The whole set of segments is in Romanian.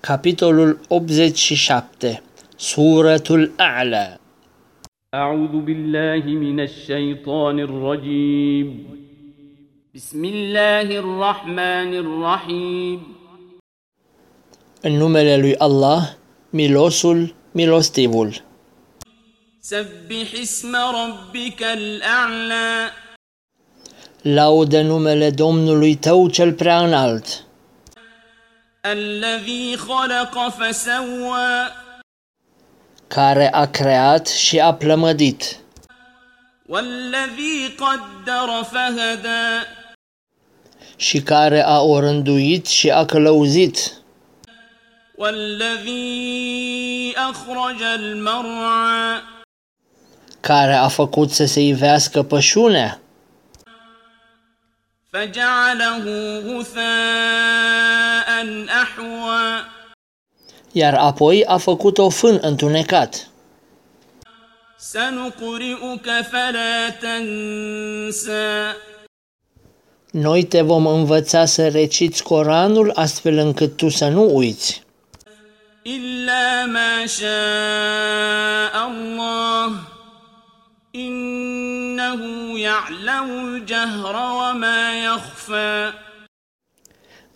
Capitolul 87 Suratul A'la أعوذ بالله من الشيطان الرجيم بسم الله الرحمن الرحيم În numele lui Allah, milosul, milostivul. سبح اسم ربك الأعلى Laudă numele Domnului tău cel prea înalt, الذي خلق فسوى care a creat și a plămădit, والذي قدر فهدى și care a orânduit și a călăuzit, والذي أخرج المرعى care a făcut să se ivească pășunea, فجعله غثاء أحوى iar apoi a făcut o fân întunecat. سنقرئك فلا تنسى Noi te vom învăța să reciți Coranul astfel încât tu să nu uiți, إلا ما شاء الله إنه يعلم الجهر وما يخفى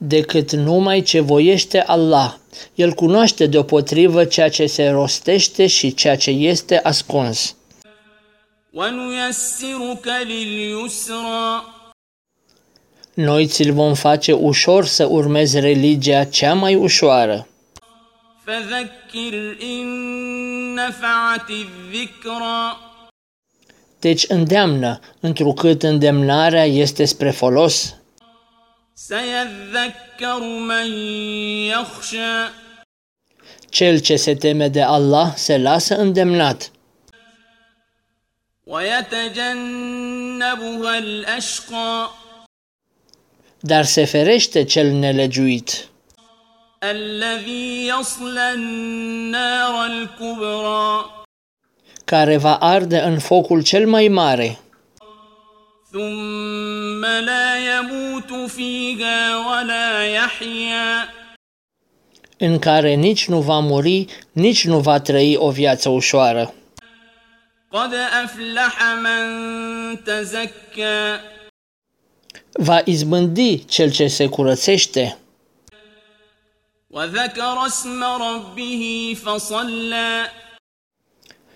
decât numai ce voiește Allah. El cunoaște deopotrivă ceea ce se rostește și ceea ce este ascuns. ونيسرك لليسرى Noi ți-l vom face ușor să urmezi religia cea mai ușoară. فذكر إن نفعت الذكرى Deci îndeamnă, întrucât îndemnarea este spre folos, سيذكر من يخشى cel ce se teme de Allah se lasă îndemnat ويتجنبها الأشقى dar se ferește cel nelegiuit, الذي يصلى النار الكبرى care va arde în focul cel mai mare, ثم لا يموت فيها ولا يحيا în care nici nu va muri, nici nu va trăi o viață ușoară. قد أفلح من تزكى Va izbândi cel ce se curățește وذكر اسم ربه فصلى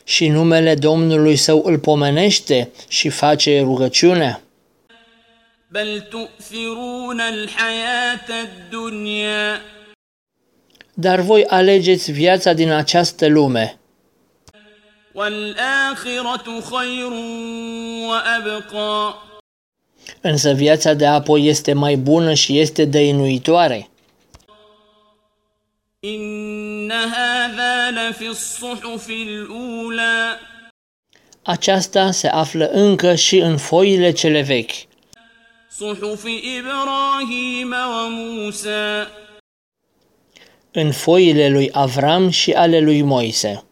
și numele Domnului său îl pomenește și face rugăciunea. بل تؤثرون الحياة الدنيا Dar voi alegeți viața din această lume والآخرة خير وأبقى Însă viața de apoi este mai bună și este dăinuitoare. إن هذا لفي الصحف الأولى Aceasta se află încă și în foile cele vechi, صحف إبراهيم وموسى în foile lui Avram și ale lui Moise.